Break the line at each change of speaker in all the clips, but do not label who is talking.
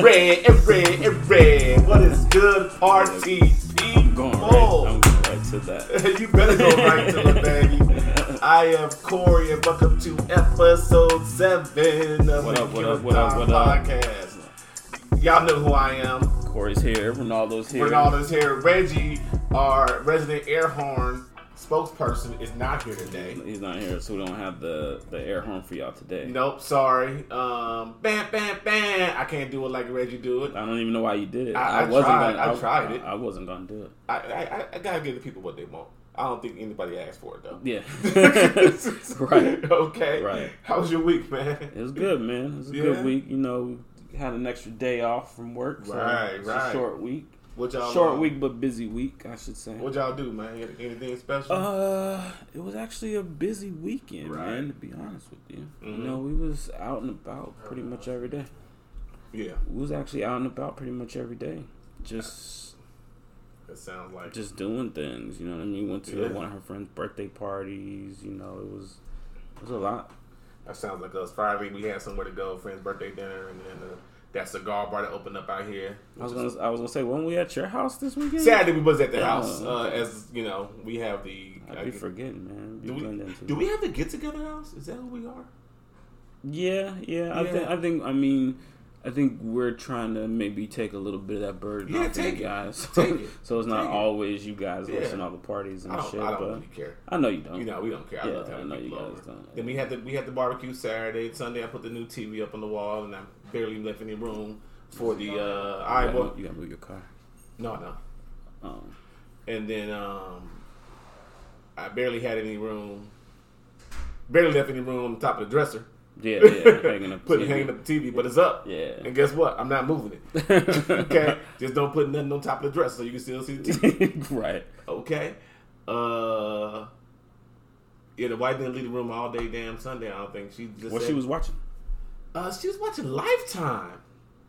Ray, Ray, Ray. What is good, party
I'm
people?
going right. I'm going right to that.
you better go right to it, baby. I am Corey, and welcome to episode seven of
What
the
up, what
Kill
up, what up,
Time
what up?
podcast. Y'all know who I am.
Corey's here. Ronaldo's here.
Ronaldo's here. Reggie, our resident air horn spokesperson, is not here today.
He's not here, so we don't have the the air horn for y'all today.
Nope, sorry. Um, bam, bam, bam. I can't do it like Reggie do it.
I don't even know why you did it.
I- I
wasn't
tried-
gonna.
I tried it.
I, wasn't gonna do it.
I, I, I- I gotta give the people what they want. I don't think anybody asked for it though.
Yeah. right.
Okay.
Right.
How was your week, man?
It was good, man. It was a
Yeah.
good week. You know, had an extra day off from work. So
Right,
it's
right.
A short week.
What y'all uh,
Short week, but busy week, I should say.
What y'all do, man? Any- Anything special?
Uh, it was actually a busy weekend,
Right.
man. To be honest with you,
Mhm.
you know, we was out and about pretty much every day.
yeah.
We was actually out and about pretty much every day, just
That sounds like
just doing things. You know what I mean? Went to
Yeah.
one of her friends' birthday parties. You know, it was it was a lot.
that sounds like us. Friday we had somewhere to go, friend's birthday dinner, and then uh, that cigar bar that opened up out here.
I was gonna I was gonna say when we at your house this weekend.
Saturday we was at the
Yeah.
house. Uh, as you know, we have the.
I
I
be
guess-
forgetting, man. Be
do
blending
we
too
do
much.
we have the get together house? Is that who we are?
Yeah, yeah. I
Yeah.
think I think I mean I think we're trying to maybe take a little bit of that burden
Yeah,
off of you
take it.
guys.
Take it.
so it's not
Take it.
always you guys
Yeah.
hosting all the parties and
I don't,
shit,
I don't
but
really care.
I know you don't.
You know, we don't care. I
Oh. Yeah,
love having
I know
people
you guys
over.
don't.
Then we had the we had the barbecue Saturday, Sunday. I put the new TV up on the wall, and I barely left any room for the uh, I
you, gotta,
well,
move- you gotta move your car.
no no.
Um,
And then um, I barely had any room, barely left any room on the top of the dresser.
yeah, yeah, hanging up.
put
TV.
hanging up the TV, but it's up.
Yeah.
And guess what? I'm not moving it. Okay, just don't put nothing on top of the dresser so you can still see the TV.
right.
Okay. Uh, yeah, the wife didn't leave the room all day damn Sunday. I don't think she just.
What
said-
she was watching?
Uh, she was watching Lifetime.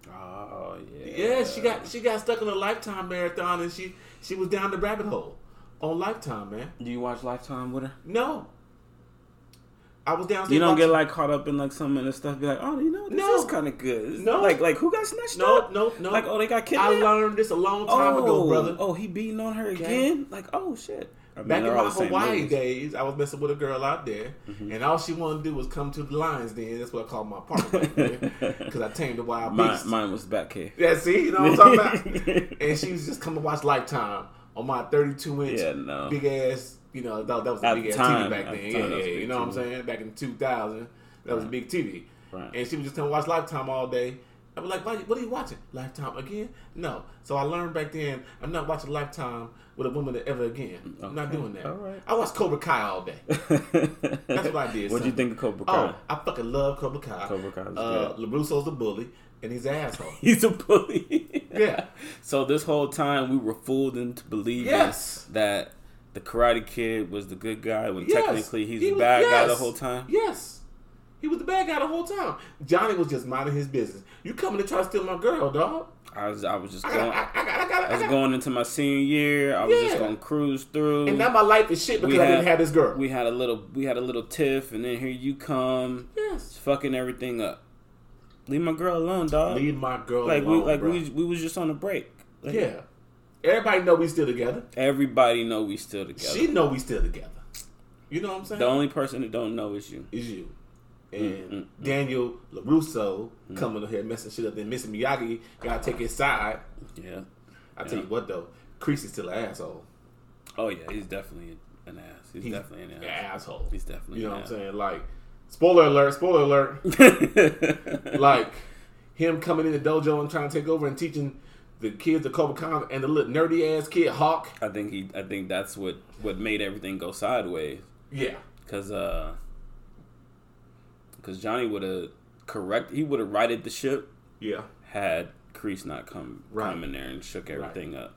Oh yeah.
Yeah, she got she got stuck in a Lifetime marathon and she she was down the rabbit hole on Lifetime, man.
Do you watch Lifetime with her?
No. I was downstairs.
You don't get
watching-
like caught up in like some of the stuff. Be like, oh, you know, this
No.
is kind of good.
No.
like like who got snatched
no,
up?
no, no.
Like oh, they got
I
kidnapped.
learned this a long time ago, brother.
Oh, he beating on her again? Like, oh shit. I mean,
Back
they're
in
all
my
the same
Hawaii
movies. Mm-hmm.
days, I was messing with a girl out there, and all she wanted to do was come to the lines. Then that's what I called my apartment because I tamed the wild
Mine,
beast.
mine was back here.
Yeah, see, you know what I'm talking about. and she was just coming to watch Lifetime on my 32 inch
Yeah, no.
big ass. You know that, that was a
At the
big ass TV
time,
back
at
then.
the
yeah,
time, that
yeah,
was a
you
big
know what I'm
TV.
saying. Back in 2000, that was a big TV,
Right.
and she was just coming to watch Lifetime all day. I was like, Why, "What are you watching? Lifetime again? No." So I learned back then, I'm not watching Lifetime with a woman ever again. I'm not
Okay,
doing that.
all right.
I watched Cobra Kai all day.
That's
what I did,
What'd you
son.
think of Cobra Kai?
Oh, I fucking love Cobra Kai.
Cobra Kai is
Uh, LaRusso's the bully, and he's an asshole.
He's a bully.
Yeah.
So this whole time we were fooled into believing
Yes.
that the Karate Kid was the good guy when
Yes.
technically he's
He
the
was-
bad guy the
yes.
whole time.
Yes. He was the bad guy the whole time. Johnny was just minding his business. You coming to try to steal my girl, dog?
I was I was just
I
going.
got,
I,
I, I got, I got, I
was
got.
going into my senior year. I was just
Yeah.
going to cruise through.
And now my life is shit because I didn't have this girl.
We had a little we had a little tiff and then here you come
yes.
fucking everything up. Leave my girl alone, dog.
Leave my girl
like
alone,
we like
bro.
we we was just on a break. Like,
yeah. Everybody know we still together.
Everybody know we still together.
She know we still together. You know what I'm saying?
the only person that don't Mm, know is you.
Is you. And Daniel LaRusso
Mm.
coming up here messing shit up. Then Mr. Miyagi gotta take his side.
Yeah.
I tell you what though, Creasy's still an asshole.
Oh yeah, he's definitely an ass. He's,
He's
definitely
an
an ass.
asshole.
He's definitely
You know
an
what I'm
ass.
saying? Like, spoiler alert, spoiler alert. like, him coming in the dojo and trying to take over and teaching the kids the Cobra Khan and the little nerdy ass kid Hawk.
I think he I think that's what what made everything go sideways
Yeah.
cuz uh cuz Johnny would have correct he would have righted the ship
Yeah.
had Crease not come
Right.
come in there and shook everything up.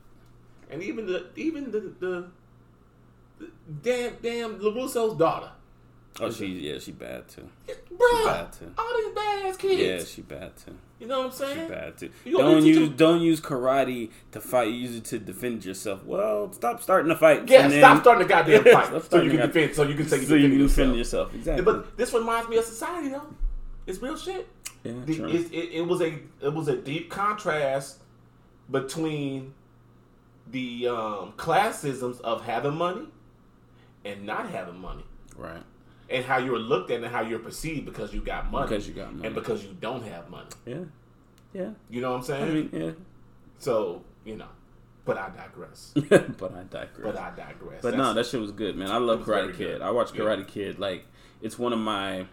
And even the even the the, the damn damn LaRusso's daughter.
Oh, she yeah, she bad too.
Bruh,
bad, too.
all these bad ass
Yeah,
kids.
she bad too.
You know what I'm
She
saying?
bad too.
You gonna
don't
use it
use
to-
don't use karate to fight. Use it to defend yourself. Well, stop starting to fight.
Yeah,
and then-
stop starting the goddamn
Yeah,
fight.
stop
so
starting
you can
the-
defend so you can take
so
defend
you can
yourself.
defend yourself. Exactly.
But this reminds me of society though. It's real shit.
Yeah,
The-
true.
it, it, it was a it was a deep contrast between the um, classisms of having money and not having money,
right.
and how you're looked at and how you're perceived because you got money
Because you got money.
and because you don't have money.
yeah. Yeah.
You know what I'm saying?
I mean, yeah.
so you know, but I digress.
but I digress.
But I digress.
But no, that shit was good, man. I love
was very
Karate Kid.
good.
I watch
Yeah.
Karate Kid. Like, it's one of my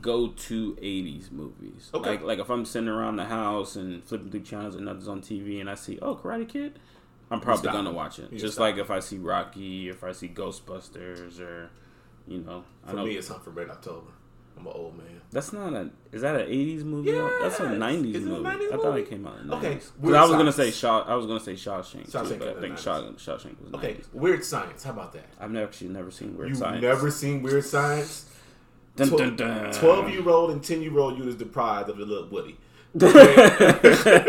go-to '80s movies.
Okay.
Like, like if I'm sitting around the house and flipping through channels and nothing's on TV, and I see oh Karate Kid, I'm probably
stop.
gonna watch it.
You
Just
stop.
like if I see Rocky, if I see Ghostbusters, or you know, I
for
know
me, it's Hunt for Red October. I'm an old man.
that's not a. Is that an '80s movie?
Yeah,
that's a
it's-
'90s
it's a
movie.
90s
I thought
movie.
it came out. In the
Okay,
90s. 'Cause
Weird
I was gonna say
Science.
Shaw. I was gonna say Shawshank, too,
Shawshank
but
came
I
out
think
in the
Shawshank, Shawshank was 90s.
Okay, Weird Science. How about that?
I've never actually never seen Weird
You've
Science.
never seen Weird Science?
Dun, dun, dun.
Twelve year old and ten year old you is deprived of the little Woody.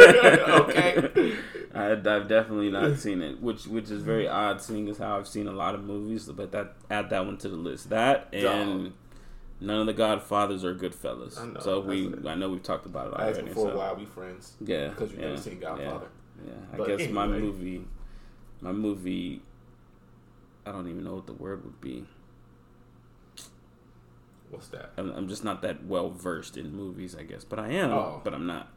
okay.
I, I've definitely not seen it, which which is very
Mm.
odd, seeing as how I've seen a lot of movies. But that add that one to the list. That and
Dog.
none of the Godfathers or Goodfellas.
I know,
so we
that's
I know we've talked about it
I asked
already.
before
so-
why are we friends?
Yeah,
Because you've
yeah,
never seen Godfather.
Yeah, I
But
guess my
anyway.
movie, my movie. I don't even know what the word would be.
What's that?
I'm, I'm just not that well versed in movies, I guess. But I am,
Oh.
but I'm not.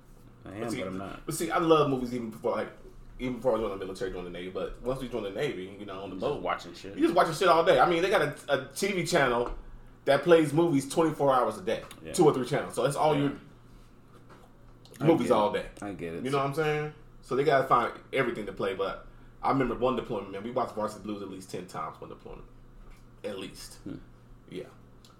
I am,
see,
but I'm not.
But see, I love movies even before like even before I joined the military, joined the navy. But once we joined the navy, you know, on the boat,
watching shit.
you just watching shit all day. I mean, they got a, a TV channel that plays movies twenty four hours a day,
Yeah.
two or three channels. So that's all
Yeah. I
your movies
get it.
all day.
I get it.
You know what I'm saying? So they gotta find everything to play. But I remember one deployment, man. We watched Varsity Blues at least ten times one deployment, at least.
Hmm.
Yeah.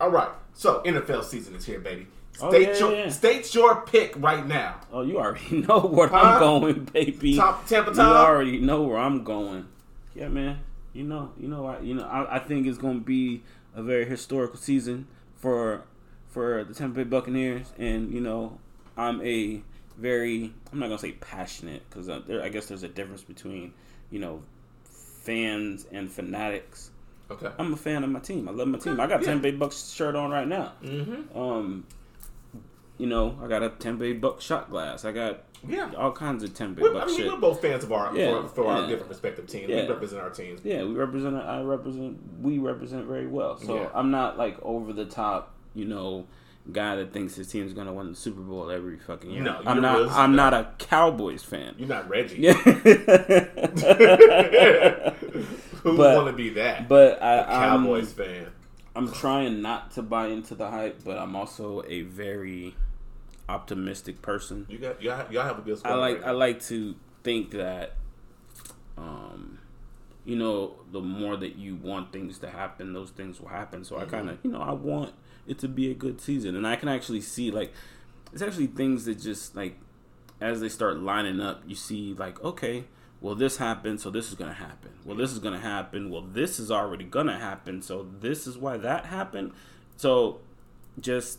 All right. So NFL season is here, baby. State
Oh, yeah,
your
yeah, yeah.
state your pick right now.
Oh, you already know where I'm
Huh?
going, baby.
Top Tampa
You
Tom?
already know where I'm going. Yeah, man. You know, you know, I, you know, I, I think it's gonna be a very historical season for for the Tampa Bay Buccaneers, and you know, I'm a very I'm not gonna say passionate because there, I guess there's a difference between you know fans and fanatics.
Okay.
I'm a fan of my team. I love my team. I got
Yeah.
Tampa Bay Bucks shirt on right now.
Mm-hmm.
Um, you know, I got a Tampa Bay Buck shot glass. I got
Yeah.
all kinds of Tampa Bay
We're,
Buck
I mean,
shit.
we're both fans of our
Yeah,
for, for
yeah.
our different respective teams.
Yeah.
We represent our teams.
Yeah, we represent. I represent. We represent very well. So
Yeah.
I'm not like over the top. You know, guy that thinks his team's gonna win the Super Bowl every fucking year.
No,
I'm
you're
not.
real-
I'm not a Cowboys fan.
You're not Reggie.
Yeah.
Who
But-
want to be that?
but um, I, I'm-
Cowboys fan.
I'm trying not to buy into the hype, but I'm also a very optimistic person.
You got y'all, y'all have a good squad.
I like I
right?
like to think that um you know the more that you want things to happen those things will happen so I kind of you know I want it to be a good season and I can actually see like it's actually things that just like as they start lining up you see like okay well this happened so this is going to happen well this is going to happen well this is already going to happen so this is why that happened so just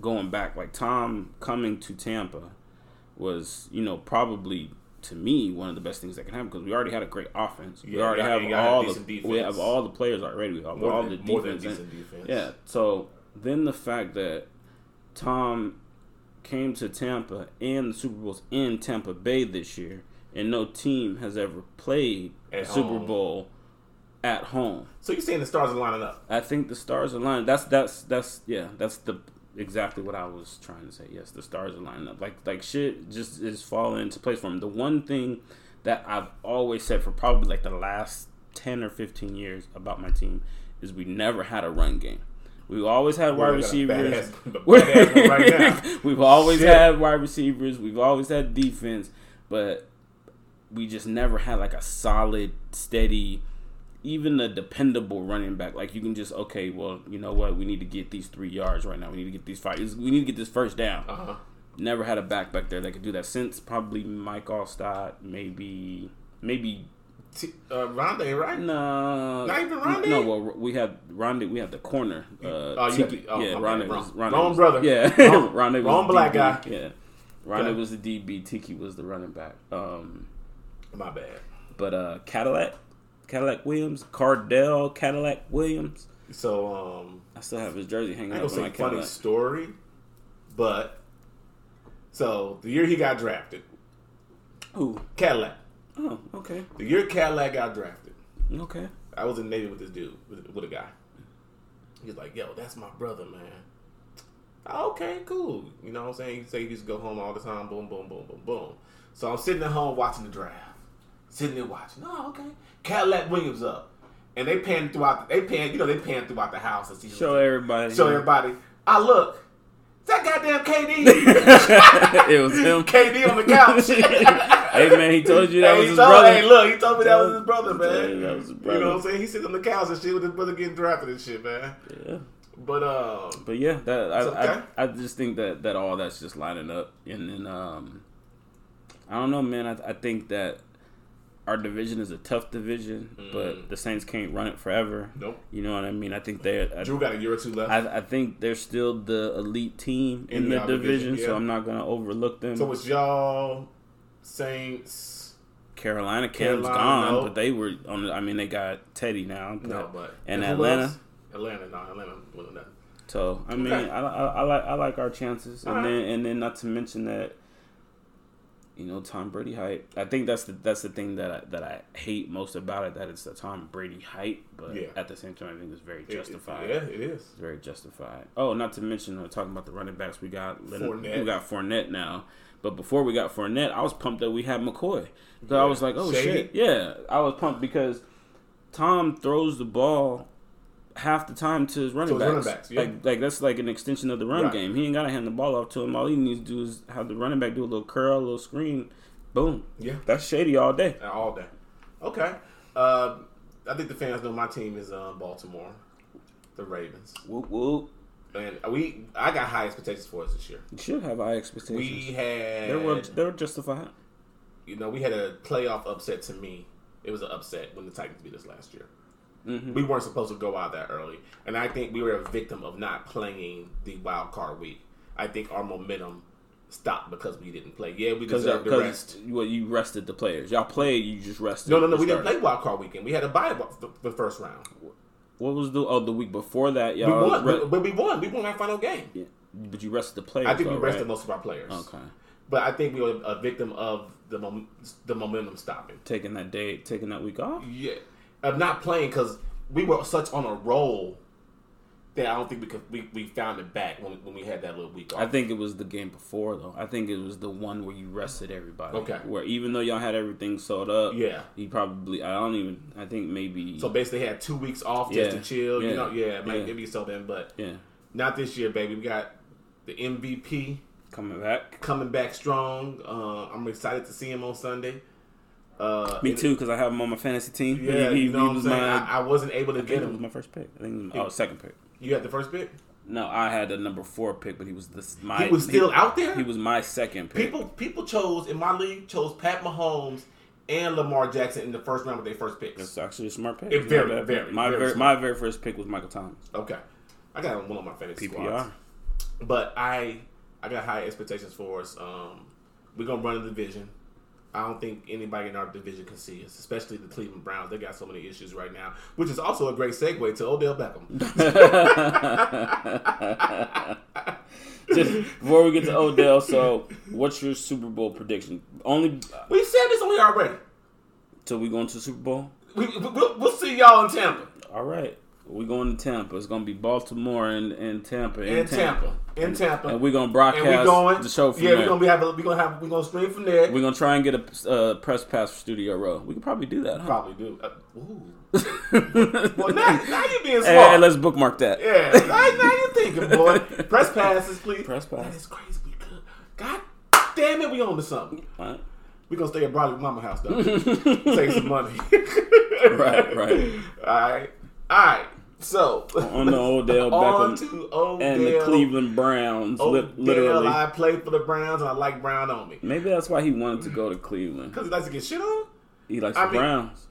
going back like Tom coming to Tampa was, you know, probably to me one of the best things that can happen because we already had a great offense. we
Yeah,
already
y'all-
have
y'all had
all
decent
the we
defense.
have all the players already. We have
more
all
than,
the
more than
defense. and-
decent defense.
yeah. So then the fact that Tom came to Tampa and the Super Bowls in Tampa Bay this year, and no team has ever played
At
Super
home.
Bowl at home.
So you're saying the stars are lining up?
I think the stars align. That's that's that's yeah. That's the exactly what I was trying to say. Yes, the stars are lining up. Like like shit just is falling into place for him. The one thing that I've always said for probably like the last ten or fifteen years about my team is we never had a run game. We've always had
Well,
wide
they got a
receivers.
badass- badass one right now.
We've always
Shit.
had wide receivers. We've always had defense, but we just never had like a solid, steady, even a dependable running back. Like you can just okay, well, you know what? We need to get these three yards right now. We need to get these five. We need to get this first down.
Uh huh.
Never had a back back there that could do that since probably Mike Allstott, maybe maybe
T- uh, Rhonda ain't
Mm.
right.
no,
Not even Rondé?
No, well, we had Rondé. We had the corner. Uh,
oh, you had
Tiki-
the- oh,
yeah,
okay,
Rondé
wrong-
was Rondé
wrong
was-
brother.
Yeah,
Wrong-
Rondé was
wrong
the
black
DB.
guy.
Yeah, Rondé
Okay.
was the DB. Tiki was the running back. Um,
My bad.
but uh, Cadillac, Cadillac Williams, Cardell Cadillac Williams.
So um,
I still have his jersey hanging
I ain't
up
gonna say
on my
funny
Cadillac.
story, But so the year he got drafted,
Who?
Cadillac.
Oh, okay,
The year Cadillac got drafted,
okay.
I was in Navy with this dude, with, with a guy. He's like, yo, that's my brother, man. Oh, Okay, cool. You know what I'm saying? He say he used to go home all the time, boom, boom, boom, boom, boom. So I'm sitting at home watching the draft. Sitting there watching. Oh, okay. Cadillac Williams up. And they pan throughout the, they pan, you know, they pan throughout the house and see who's
Show everybody.
Show everybody. I look. It's that goddamn KD.
it was him.
KD on the couch.
hey man, he told you that
Hey,
was
he
his
told-
brother.
Hey, look, he told me that was his brother,
Yeah,
man.
that was his
You
brother.
know what I'm saying? He sitting on the couch and shit with his brother getting drafted and shit, man.
yeah.
But um,
But yeah, that I,
It's okay.
I I just think that that all that's just lining up, and then um, I don't know, man. I I think that our division is a tough division, but the Saints can't run it forever.
Mm. Nope.
You know what I mean? I think they. I,
Drew got a year or two left.
I, I think they're still the elite team in,
In
the
our
division,
division,
so
yeah.
I'm not gonna overlook them.
so it's y'all Saints.
Carolina, Cam's
Carolina,
gone,
no.
but they were on. the- I mean, they got Teddy now.
No, but
and
who else?
Atlanta.
Atlanta, no, Atlanta winning that.
So I mean,
Okay.
I, I, I like I like our chances, and
Alright.
then and then not to mention that, you know, Tom Brady hype. I think that's the that's the thing that I, that I hate most about it. That it's the Tom Brady hype, but
Yeah.
at the same time, I think it's very
It- it-
justified.
yeah, it is.
It's very justified. Oh, not to mention we're talking about the running backs. We got Leonard,
Fournette.
we got Fournette now. But before we got Fournette, I was pumped that we had McCoy. So I
Yeah.
was like, oh
Shady.
shit, yeah. I was pumped because Tom throws the ball half the time to his running
his
backs.
running backs, yeah.
Like like that's like an extension of the run
Right.
game. He ain't gotta hand the ball off to him. All he needs to do is have the running back do a little curl, a little screen, boom.
Yeah,
That's shady all day.
and all that. Okay, uh, I think the fans know my team is um, Baltimore, the Ravens,
Whoop whoop.
and we. I got high expectations for us this year.
You should have high expectations.
We had
they were they were justified.
you know, we had a playoff upset to me. It was an upset when the Titans beat us last year.
Mm-hmm.
We weren't supposed to go out that early, and I think we were a victim of not playing the wild card week. I think our momentum stopped because we didn't play. Yeah, we
Because
deserved the rest.
uh, well, you rested the players. Y'all played, you just rested.
No, no, no.
the
We didn't
starters.
play wild card weekend. We had a bye wa- the, the first round.
What was the oh the week before that?
We
Y'all,
won,
re-
but- but we won. We won our final game.
Yeah, but you rested the players.
I think we
though,
rested
right?
most of our players.
Okay,
But I think we were a victim of the mom- the momentum stopping.
taking that day, taking that week off.
Yeah, of not playing because we were such on a roll that I don't think we could we, we found it back when we, when we had that little week off.
I think it was the game before though. I think it was the one where you rested everybody.
Okay.
Where even though y'all had everything sewed up,
Yeah.
you probably I don't even I think maybe
so basically, had two weeks off just
Yeah.
to chill.
Yeah.
You know, yeah,
Yeah.
might give you something, but
yeah
not this year, baby. We got the MVP
coming back.
coming back strong. Uh, I'm excited to see him on Sunday. Uh,
Me
and-
too because I have him on my fantasy team.
Yeah,
he, he-
you know
he
what I'm
was
saying.
my
I, I wasn't able to
I think
get
it was
him.
my first pick. I think it was, oh second pick.
You had the first pick.
No, I had the number four pick, but he was this my
He was still out there.
He was my second pick.
People people chose in my league chose Pat Mahomes and Lamar Jackson in the first round with their first picks.
It's actually a smart pick.
It very,
Not bad.
very,
my
very
very,
smart.
my very first pick was Michael Thomas.
Okay, I got one on my fantasy
PPR.
squads, but I I got high expectations for us. Um, we're gonna run the division. I don't think anybody in our division can see us, especially the Cleveland Browns. They got so many issues right now, which is also a great segue to Odell Beckham.
Just before we get to Odell, so what's your Super Bowl prediction? Only
we said this on here already.
till we go into the Super Bowl.
We, we, we'll, we'll see y'all in Tampa.
All right, we going to Tampa. It's gonna be Baltimore and, and Tampa
In Tampa. In Tampa.
and we're gonna broadcast
And we going
the show from
yeah,
there.
we're gonna be have we're gonna have we're gonna stream from there.
We're gonna try and get a uh, press pass for Studio Row. We could probably do that, huh?
probably do. Uh, ooh. well, now, now you're being smart.
Hey, hey, let's bookmark that.
Yeah, right now you're thinking, boy. Press passes, please.
Press pass.
That is crazy. We could. God damn it, we on to something.
All right.
We gonna stay at Bradley Mama house though. Take some money.
Right, right.
All right, all right. So
On the Odell
on
Beckham
to Odell
and the Cleveland Browns, li-
Odell,
literally. Mm.
I play for the Browns and I like Brown on me
Maybe that's why he wanted to go to Cleveland.
because he likes to get shit on.
He likes
I
the
mean-
Browns.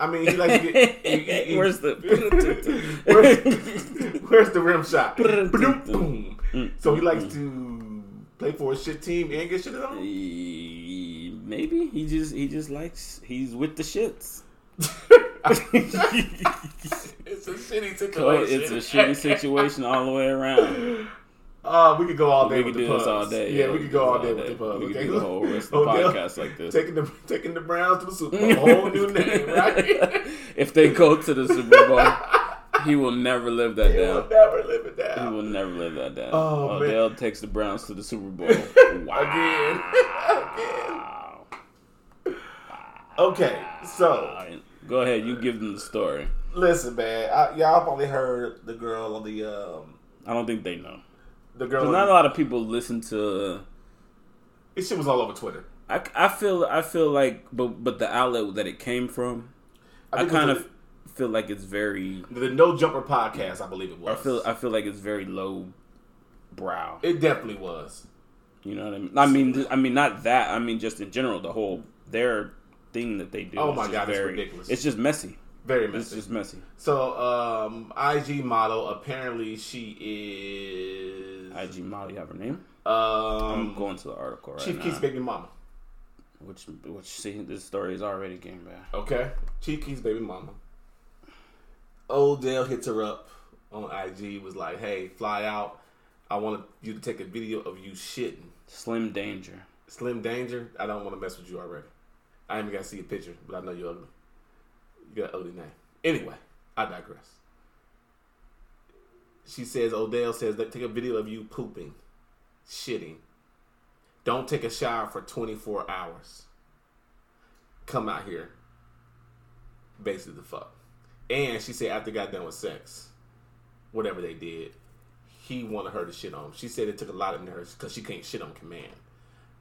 I mean, he likes to get. he- he- he-
Where's the-
where's, where's the rim shot? Ba-dum, boom. So he likes to play for a shit team and get shit on.
E- Maybe he just he just likes he's with the shits.
It's a shitty situation. Oh,
So it's a shitty situation all the way around.
Uh, we could go all day
we
with
could
the
do this
puns.
all day.
Yeah, we could go all day with the puns.
We could
Okay,
do the whole rest of the
Odell
podcast like this.
Taking the taking the Browns to the Super Bowl, a whole new name, right?
if they go to the Super Bowl, he will never live that
You will
down.
never live it down.
He will never live that down.
Oh, man.
Odell takes the Browns to the Super Bowl. Wow.
Again. Again. Okay, so
Alright, Go ahead, you give them the story.
listen, man. I, y'all probably heard the girl on the um
I don't think they know.
the girl.
'Cause
On
not a
the,
lot of people listen to.
it shit was all over Twitter.
I, I feel I feel like, but but the outlet that it came from, I,
think it was
kind of feel like it's very.
the, the No Jumper podcast. I believe it
I
was.
feel I feel like it's very low brow.
it definitely was.
You know what I mean? I mean, th- I mean not that. I mean just in general, the whole their thing that they do.
Oh
is
my
just
God, it's ridiculous.
It's just messy.
Very
It's
messy.
just messy.
so, um, IG model. Apparently, she is.
IG Molly have her name. I'm
um,
going to the article right
Chief
now.
Keith's baby mama.
Which which see this story is already getting bad.
Okay. Chief Keith's baby mama. Odell hits her up on IG. Was like, "Hey, fly out. I want you to take a video of you shitting."
Slim Danger.
Slim Danger, I don't want to mess with you already. I ain't even gotta see a picture, but I know you're ugly. You got an ugly name. Anyway, I digress. She says, Odell says, "Let- take a video of you pooping, shitting. Don't take a shower for 24 hours. Come out here. Basically, the fuck. And she said, after they got done with sex, whatever they did, he wanted her to shit on him. She said it took a lot of nerves because she can't shit on command,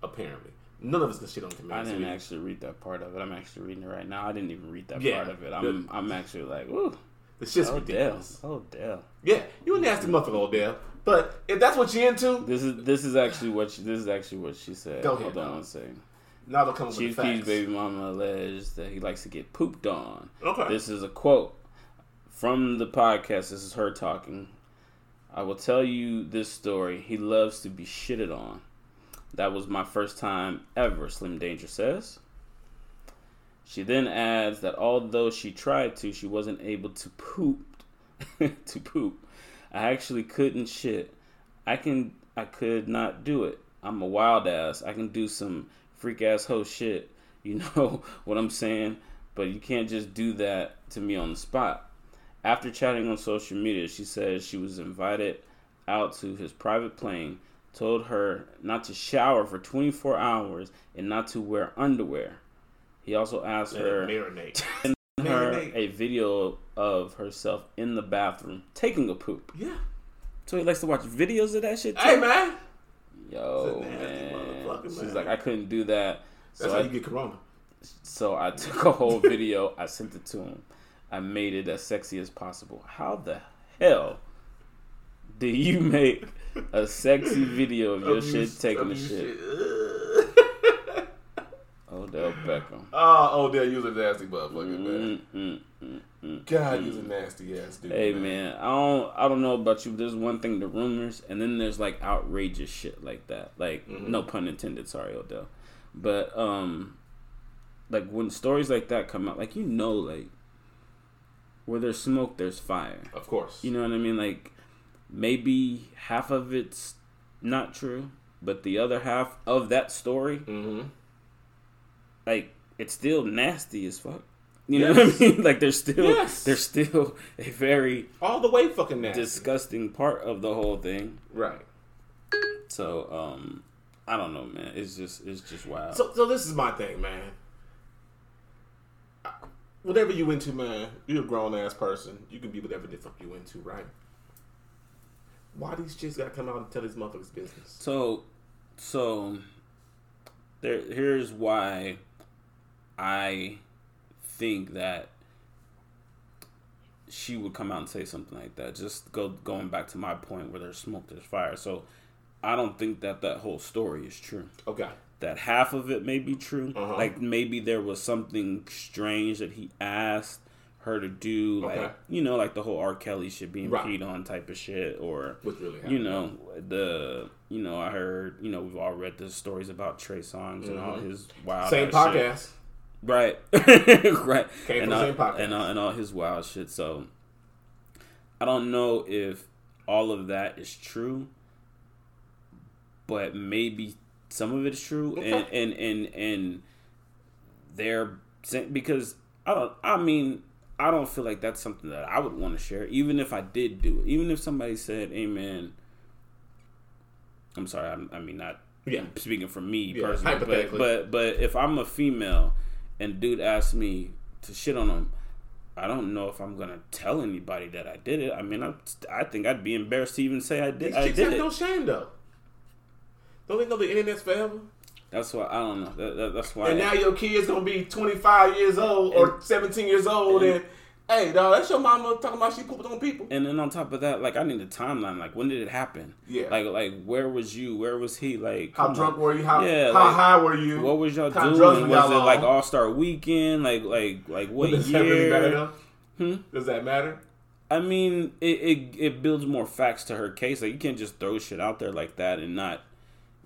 apparently. None of us can shit on command.
I
so
didn't
we-
actually read that part of it. I'm actually reading it right now. I didn't even read that
Yeah.
part of it. I'm I'm actually like, ooh, oh,
the shit's
Odell,
ridiculous.
Odell.
Yeah, you a nasty motherfucker, Odell. But if that's what you're into,
This is this is actually what she, this is actually what she said.
Go ahead,
Hold on
dog.
one second.
now they'll come up with
Chief
the
Keef's
facts.
baby mama alleged that he likes to get pooped on.
Okay.
This is a quote from the podcast. This is her talking. I will tell you this story. He loves to be shitted on. That was my first time ever, Slim Danger says. She then adds that although she tried to, she wasn't able to poop. to poop, I actually couldn't shit. I can, I could not do it. I'm a wild ass. I can do some freak ass hoe shit. You know what I'm saying? But you can't just do that to me on the spot. After chatting on social media, she says she was invited out to his private plane, told her not to shower for 24 hours and not to wear underwear. He also asked
Let it
her
marinate.
her
Marinate.
a video of herself in the bathroom taking a poop.
Yeah.
So he likes to watch videos of that shit too.
Hey man,
Yo,
It's a nasty
man.
motherfucker,
She's
man.
like, I couldn't do that.
that's
so
how
I,
you get corona.
so I took a whole video. I sent it to him. I made it as sexy as possible. How the hell do you make a sexy video of your
Abuse-
shit taking a
abuse
shit?
shit.
Odell Beckham.
oh, Odell, you're a nasty motherfucker, man.
Mm, mm, mm, mm.
God, you're a nasty ass dude.
Hey man, I don't I don't know about you. But there's one thing the rumors, and then there's like outrageous shit like that. Like no pun intended. Sorry, Odell. But um, like when stories like that come out, like you know, like where there's smoke, there's fire.
Of course.
You know what I mean? Like maybe half of it's not true, but the other half of that story,
Mhm.
like it's still nasty as fuck. You know what I mean? Like there's still
Yes.
there's still a very
All the way fucking nasty.
disgusting part of the whole thing.
right.
So, um, I don't know, man. It's just, it's just wild.
So, so this is my thing, man. I- Whatever you into, man, you're a grown ass person. You can be whatever the fuck you into, right? Why these chicks gotta come out and tell these motherfuckers business?
so, so there. Here's why I think that she would come out and say something like that. Just go going back to my point where there's smoke, there's fire. So, I don't think that that whole story is true.
Okay.
that half of it may be true.
Uh-huh.
Like maybe there was something strange that he asked her to do, like
Okay.
you know, like the whole R. Kelly shit being
Right.
peed on type of shit, or
What's really happening?
you know the you know I heard you know we've all read the stories about Trey Songs and all his wild
Mm-hmm. Same
ass shit.
podcast.
right, right,
Came from
and
the
all,
same podcast.
and all and all his wild shit. So I don't know if all of that is true, but maybe some of it is true, and
Okay.
and and and they're sent because I don't. I mean, I don't feel like that's something that I would want to share, even if I did do it. Even if somebody said, "Hey, man," I'm sorry. I'm, I mean, not
Yeah.
speaking for me
Yeah,
personally, but,
hypothetically.
but but if I'm a female and dude asks me to shit on him. I don't know if I'm gonna tell anybody that I did it. I mean, I, I think I'd be embarrassed to even say I did.
These
I
chicks
did
have
it.
no shame though. Don't they know the internet's forever?
That's why I don't know. That, that, that's why.
And now your kid's gonna be 25 years old or 17 years old, and, hey, dog, that's your mama talking about she pooped on people.
and then on top of that, like I need a timeline. Like when did it happen?
Yeah.
Like like where was you? Where was he? Like
How
come
drunk
on.
were you? How,
Yeah,
how
like,
high were you?
What was y'all
Kind of
doing?
drugs were
Was
y'all
it like
on?
All Star Weekend? Like like like what
Does
year?
that really matter? though?
Hmm?
Does that matter?
I mean, it, it it builds more facts to her case. Like you can't just throw shit out there like that and not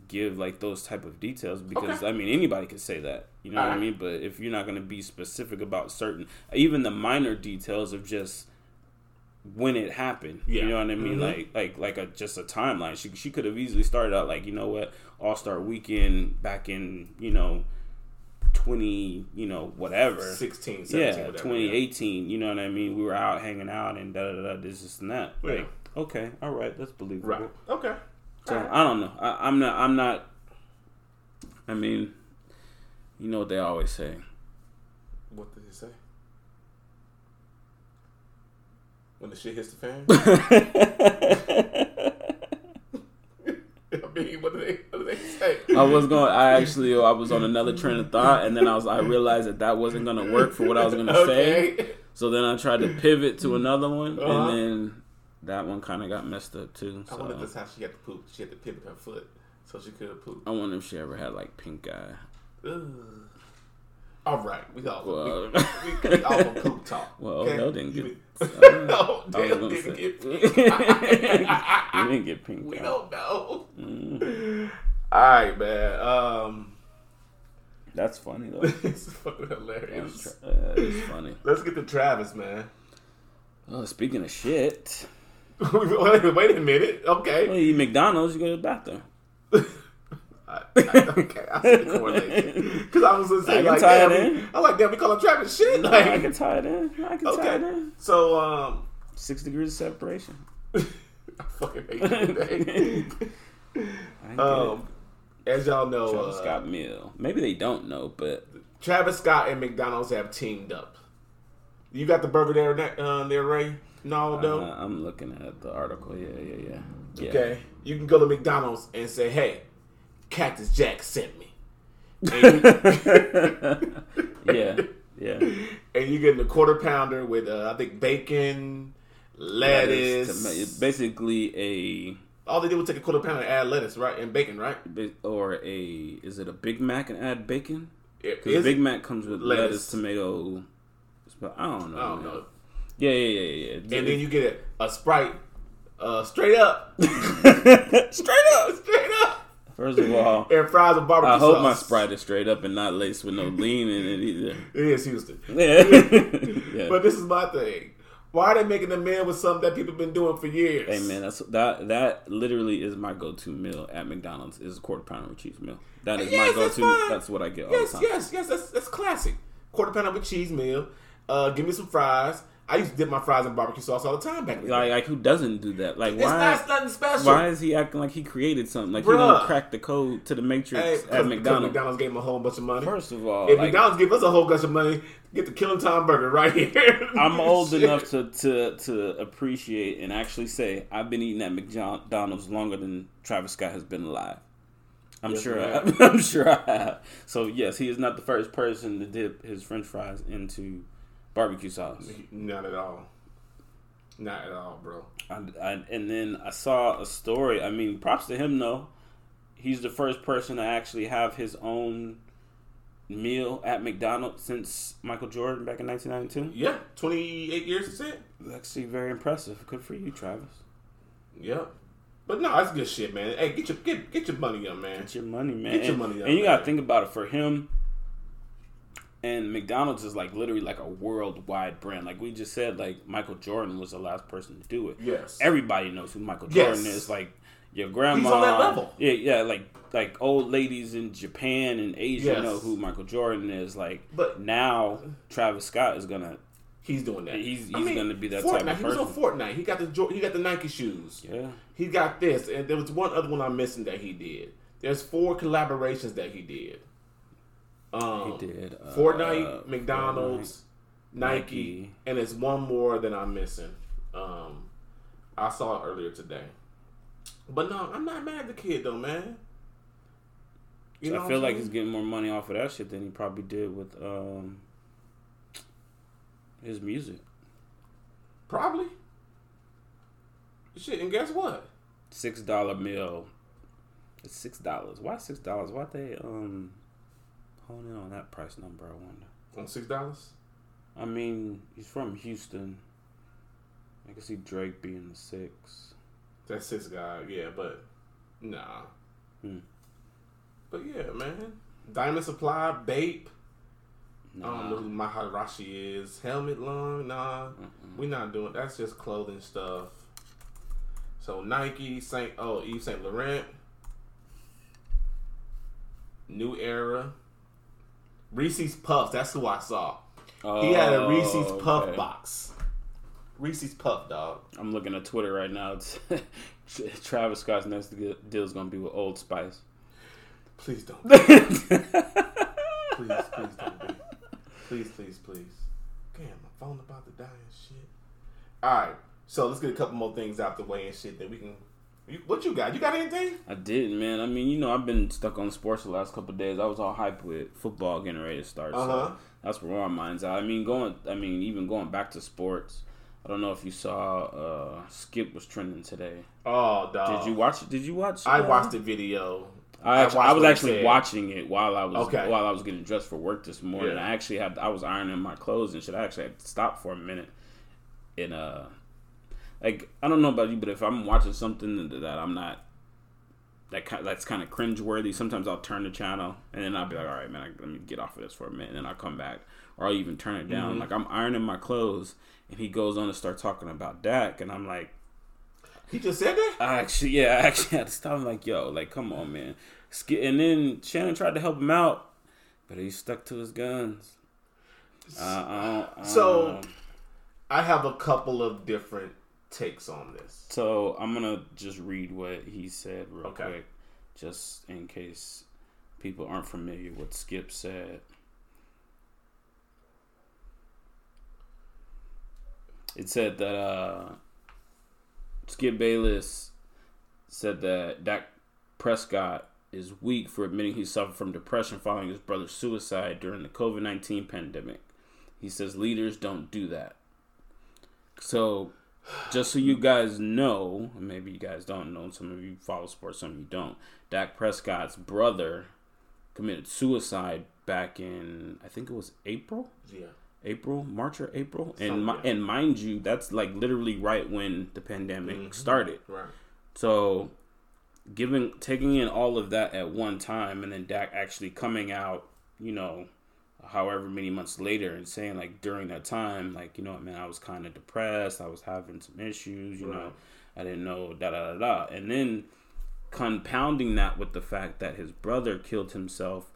give like those type of details because
Okay. Uh-huh.
I mean anybody could say that. You know what I
Alright.
mean? But if you're not going to be specific about certain even the minor details of just when it happened.
Yeah.
You know what I mean?
Mhm.
Like like like a just a timeline. She she could have easily started out like, you know what? All-Star weekend back in, you know, 20, you know, whatever
16, 17,
yeah,
whatever.
2018. You know what I mean? We were out hanging out and da da da. This this, and that.
Yeah.
Like, okay, all right, that's believable.
Right. Okay.
So
Alright.
I don't know. I, I'm not. I'm not. I mean, you know what they always say.
What did it say? When the shit hits the fan? I mean, what do they, what do they say?
I was going. I actually. I was on another train of thought, and then I was. I realized that that wasn't gonna work for what I was gonna say.
Okay.
So then I tried to pivot to another one,
Uh-huh.
and then that one kind of got messed up too. So
I wonder if that's how she had to poop. She had to pivot her foot so she could poop.
I wonder if she ever had like pink eye.
Ugh. All right, we all
Well-
we, we, we all gonna poop talk.
Well,
okay?
Odell didn't get-
no,
I was
Odell
gonna
didn't
say.
get.
you didn't get pink.
We
eye.
don't know. Mm-hmm. All right, man. Um,
That's funny though.
it's fucking
That's
hilarious.
tra- uh, it's funny.
Let's get to Travis, man.
Oh, speaking of shit,
wait, wait a minute.
well,
Okay.
you eat McDonald's, you go to the bathroom.
I, I, okay, I see the correlation. Because I was gonna
I
say,
can
like,
tie it
damn,
in.
I like, damn, we call him Travis shit. Like,
I can tie it in. I can tie it
okay.
in.
So, um,
Six degrees of separation.
I fucking hate you today.
I get
um, as y'all know,
it. Travis
uh,
Scott meal. Maybe they don't know, but
Travis Scott and McDonald's have teamed up. You got the burger there, ne- uh, there, Ray? No,
uh,
no.
I'm looking at the article. Yeah, yeah, yeah. yeah.
Okay, you can go to McDonald's and say, "Hey, Cactus Jack sent me," and you,
yeah, yeah.
and you getting a quarter pounder with, uh, I think, bacon, lettuce.
Lettuce, tomato- It's basically
All they did was take a quarter pounder and add lettuce, right, and bacon, right?
a bi- or a is it a Big Mac and add bacon?
It-
Because
is
Big
it?
Mac comes with
Lettuce.
lettuce, tomato. But I don't know.
I don't
man.
know.
Yeah, yeah, yeah, yeah.
And then you get a, a sprite, uh, straight up,
straight up.
straight up,
First of all,
and fries with barbecue
I hope my
sauce.
Sprite is straight up and not laced with no lean in it either.
It is Houston.
Yeah. yeah.
But this is my thing. Why are they making a meal with something that people been doing for years?
Hey man, that's that. That literally is my go-to meal at McDonald's. Is a quarter pounder with cheese meal. That is
Yes,
my
that's
go-to. That's,
fine.
what I get all
Yes,
the time.
yes, yes. That's that's classic. Quarter pounder with cheese meal. Uh, give me some fries. I used to dip my fries in barbecue sauce all the time back in the day.
Like, like who doesn't do that? Like
It's
why?
not nothing special.
Why is he acting like he created something? Like he
Bruh.
don't crack the code to the Matrix
Hey,
at
because, because
McDonald's.
McDonald's gave him a whole bunch of money.
First of all,
if
like,
McDonald's give us a whole bunch of money, get the Killing Time Burger right here.
I'm old
Shit.
enough to, to to appreciate and actually say I've been eating at McDonald's longer than Travis Scott has been alive. I'm
Yes,
sure.
you
I,
have.
I'm sure I have. So yes, he is not the first person to dip his French fries into barbecue sauce.
Not at all. Not at all, bro.
I, I, and then I saw a story. I mean, props to him though. He's the first person to actually have his own meal at McDonald's since Michael Jordan back in 1992.
Yeah, 28 years is it?
That's actually very impressive. Good for you, Travis.
Yep. But no, that's good shit, man. Hey, get your get get your money up, man.
Get your money, man.
Get your
and,
money up,
and you gotta
man.
think about it for him. And McDonald's is like literally like a worldwide brand. Like we just said, like Michael Jordan was the last person to do it.
Yes.
Everybody knows who Michael
Yes.
Jordan is. Like your grandma.
He's on that level.
Yeah, yeah, like like old ladies in Japan and Asia
Yes.
know who Michael Jordan is. Like,
But-
now Travis Scott is gonna.
He's doing that.
He's- he's gonna be that
Fortnite.
type of
He was on
person.
Fortnite. He got the Jor- he got the Nike shoes.
Yeah,
He got this, and there was one other one I'm missing that he did. There's four collaborations that he did. Um,
He did,
Fortnite,
uh, Fortnite,
McDonald's, Nike,
Nike.
and there's one more that I'm missing. Um, I saw it earlier today, but no, I'm not mad at the kid though, man. You
So
know
I
what
feel
I'm
like
saying?
he's getting more money off of that shit than he probably did with um his music.
probably. Shit, and guess what?
Six dollar meal. It's six dollars. Why six dollars? Why they um hone in on that price number? I wonder.
On six dollars.
I mean, he's from Houston. I can see Drake being the six.
That's six guy, yeah, but nah.
Hmm.
But yeah, man. Diamond Supply, Bape. I don't know
Nah.
who Maharashi is. Helmet Long, nah. We're not doing that's just clothing stuff. So Nike, Saint oh, Eve Saint Laurent. New Era. Reese's Puffs, that's who I saw. He had a
Oh,
Reese's Puff
okay.
box. Reese's Puff, dog.
I'm looking at Twitter right now. It's Travis Scott's next deal is gonna be with Old Spice.
Please don't. please, please don't be. Please, please, please. Damn, my phone about to die and shit. All right, so let's get a couple more things out the way and shit that we can. You, what you got? You got anything?
I did, man. I mean, you know, I've been stuck on sports the last couple of days. I was all hyped with football getting ready to start,
Uh-huh.
so that's where my mind's at. I mean, going. I mean, even going back to sports. I don't know if you saw uh, Skip was trending today.
Oh,
Did
dog.
you watch? Did you watch?
I
uh,
watched the video.
I, actually,
watched
I,
what
was
he
actually
said.
watching it while I was
Okay.
while I was getting dressed for work this morning.
Yeah.
I actually had I was ironing my clothes and shit. I actually had to stop for a minute and uh like I don't know about you, but if I'm watching something that that I'm not that ki that's kind of cringeworthy, sometimes I'll turn the channel and then I'll be like, all right, man, I, let me get off of this for a minute, and then I'll come back or I'll even turn it down.
Mm-hmm.
Like I'm ironing my clothes and he goes on to start talking about Dak, and I'm like.
He just said that.
I actually, yeah, I actually had to stop. I'm like, yo, like, come on, man. Sk- And then Shannon tried to help him out, but he stuck to his guns. Uh, I don't- I don't
So-
know.
I have a couple of different takes on this.
so I'm gonna just read what he said real
Okay.
quick, just in case people aren't familiar with Skip said. It said that uh, Skip Bayless said that Dak Prescott is weak for admitting he suffered from depression following his brother's suicide during the COVID 19 pandemic. He says leaders don't do that. So, just so you guys know, and maybe you guys don't know, some of you follow sports, some of you don't. Dak Prescott's brother committed suicide back in, I think it was April?
Yeah.
April, March or April, and
Something,
mi-
yeah.
and mind you, that's like literally right when the pandemic
Mm-hmm.
started.
Right.
So, giving taking in all of that at one time, and then Dak actually coming out, you know, however many months later, and saying like during that time, like you know, what, man, I was kind of depressed, I was having some issues, you know,
Right.
I didn't know da da da da, and then compounding that with the fact that his brother killed himself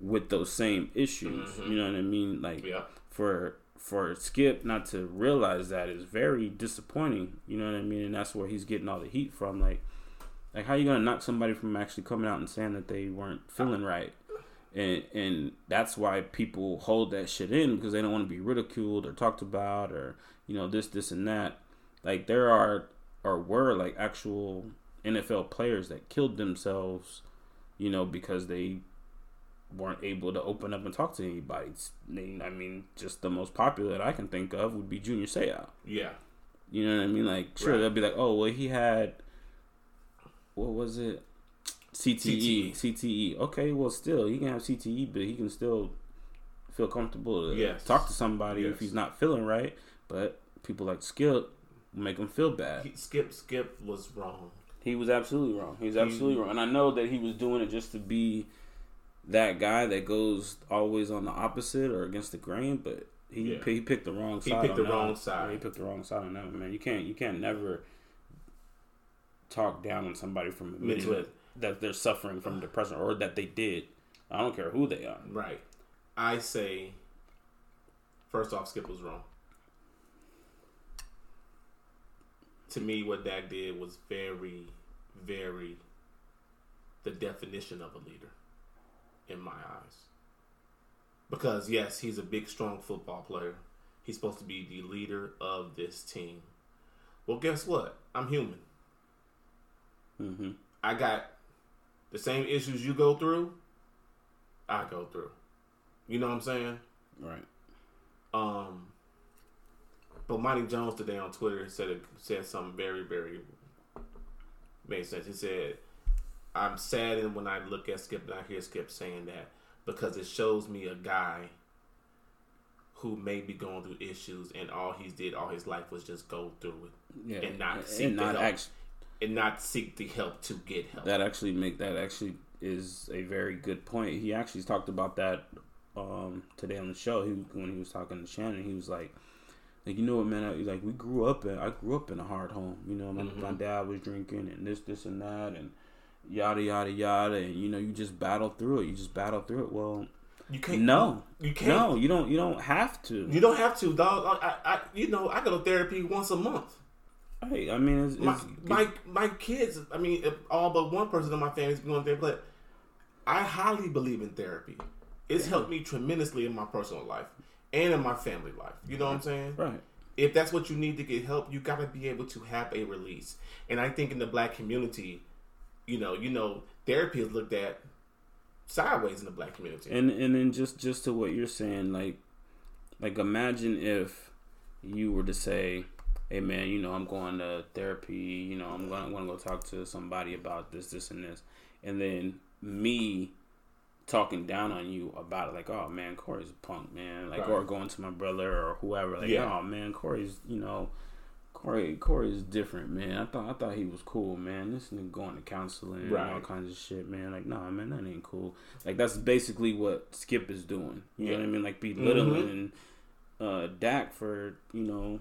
with those same issues, you know what I mean, like
Yeah.
for for Skip not to realize that is very disappointing. You know what I mean? And that's where he's getting all the heat from. Like, like how you gonna knock somebody from actually coming out and saying that they weren't feeling right? And and that's why people hold that shit in because they don't want to be ridiculed or talked about or you know this this and that. Like there are or were like actual NFL players that killed themselves, you know, because they weren't able to open up and talk to anybody. It's- they- I mean, just the most popular that I can think of would be Junior Seau.
Yeah.
You know what I mean? Like, sure,
Right.
they'll be like, oh, well, he had, what was it? E. CTE.
CTE.
CTE. Okay, well, still, he can have CTE, but he can still feel comfortable to
Yes.
talk to somebody if
Yes.
he's not feeling right. But people like Skip make him feel bad.
He, Skip. Skip was wrong.
He was absolutely wrong. He was absolutely wrong. And I know that he was doing it just to be that guy that goes always on the opposite or against the grain, but he
Yeah.
he picked the wrong side.
picked
on
the
that
wrong
one.
side.
Yeah, he picked the wrong side on that one, man. You can't you can't never talk down on somebody from admitting
Mentally.
that, that they're suffering from depression or that they did. I don't care who they are.
Right. I say, first off, Skip was wrong. To me, what Dak did was very, very the definition of a leader in my eyes. Because, yes, he's a big, strong football player. He's supposed to be the leader of this team. Well, guess what? I'm human.
Mm-hmm.
I got the same issues you go through, I go through. You know what I'm saying?
Right.
Um, but Monty Jones today on Twitter said said something very very made sense. He said, "I'm saddened when I look at Skip and I hear Skip saying that because it shows me a guy who may be going through issues and all he did all his life was just go through
Yeah.
And not
and,
seek the
not
help.
act-
it and not seek the help to get help."
that actually make that actually is a very good point. He actually talked about that um, today on the show. He when he was talking to Shannon, he was like, like you know what, man, I, like we grew up in I grew up in a hard home. You know, my,
Mm-hmm.
my dad was drinking and this, this, and that, and yada yada yada, and you know you just battle through it. You just battle through it. Well,
you can't.
no,
you can't.
no, you don't. You don't have to.
You don't have to, dog. I, I, I, you know, I go to therapy once a month.
Hey, I mean, it's,
my
it's,
my my kids. I mean, if all but one person in my family's been going there, but I highly believe in therapy. It's helped me tremendously in my personal life and in my family life. You know what I'm saying?
right.
If that's what you need to get help, you got to be able to have a release. And I think in the black community, you know, you know, therapy is looked at sideways in the black community.
and and then just just to what you're saying like like imagine if you were to say hey man you know i'm going to therapy you know i'm going to go talk to somebody about this this and this and then me talking down on you about it like oh man corey's a punk man like or
Right.
going to my brother or whoever like
Yeah.
oh man corey's you know Corey, Corey's different, man. I thought I thought he was cool, man. This nigga going to counseling and all
Right.
kinds of shit, man. Like, nah, man, that ain't cool. Like, that's basically what Skip is doing. You know what I mean? Like
Mm-hmm.
belittling uh, Dak for you know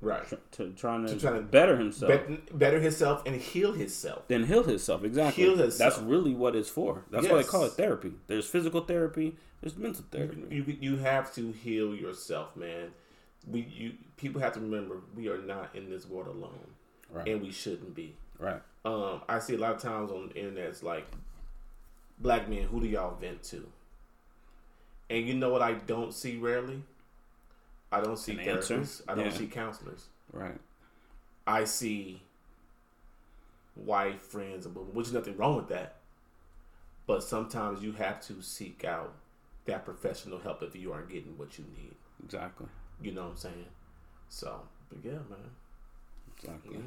right.
tr- to trying to,
To try to
better himself.
Bet better himself and heal himself.
then heal himself exactly.
Heal himself.
That's really what it's for. That's why they
Yes. Mm-hmm.
call it therapy. There's physical therapy. There's mental therapy.
you you have to heal yourself, man. We you people have to remember we are not in this world alone,
Right.
and we shouldn't be.
right.
Um, I see a lot of times on the internet it's like, black men, who do y'all vent to? And you know what I don't see rarely? I don't see
An
therapists.
answer?
I don't
Yeah.
see counselors.
Right.
I see wife, friends, and boo- which is nothing wrong with that. But sometimes you have to seek out that professional help if you aren't getting what you need.
Exactly.
You know what I'm saying? So, but yeah, man.
Exactly.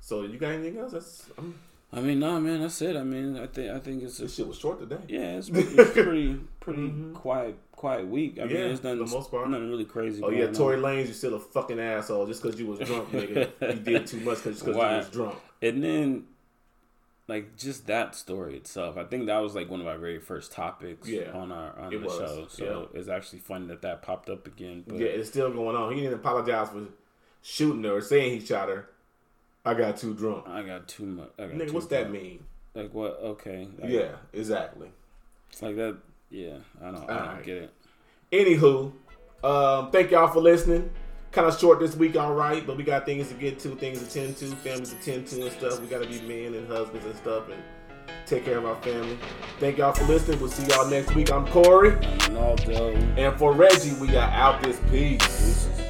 So you got anything else? That's I'm,
I mean, nah, man. That's it. I mean, I think I think it's a
this shit was short today.
Yeah, it's, it's pretty pretty quiet quiet week. I mean,
Mm-hmm. Yeah,
there's nothing,
for the most part.
nothing really crazy.
Oh yeah,
going
Tory
on.
Lanez, you still a fucking asshole just because you was drunk, nigga. You did too much because you
Why?
was drunk.
And then, like, just that story itself. I think that was like one of our very first topics
Yeah,
on our on
it
the
was,
show. So it's actually funny that that popped up again. But
Yeah, it's still going on. He didn't apologize for shooting her or saying he shot her. I got too drunk.
I got too much. I got
Nigga,
too
what's that
much.
mean?
Like what? Okay. Like,
Yeah, exactly.
Like that. Yeah. I don't. I don't
Alright.
get it.
Anywho, um, thank y'all for listening. Kind of short this week, all right, but we got things to get to, things to tend to, families to tend to, and stuff. We got to be men and husbands and stuff and take care of our family. Thank y'all for listening. We'll see y'all next week. I'm Corey.
I mean, although.
And for Reggie, we got out this piece.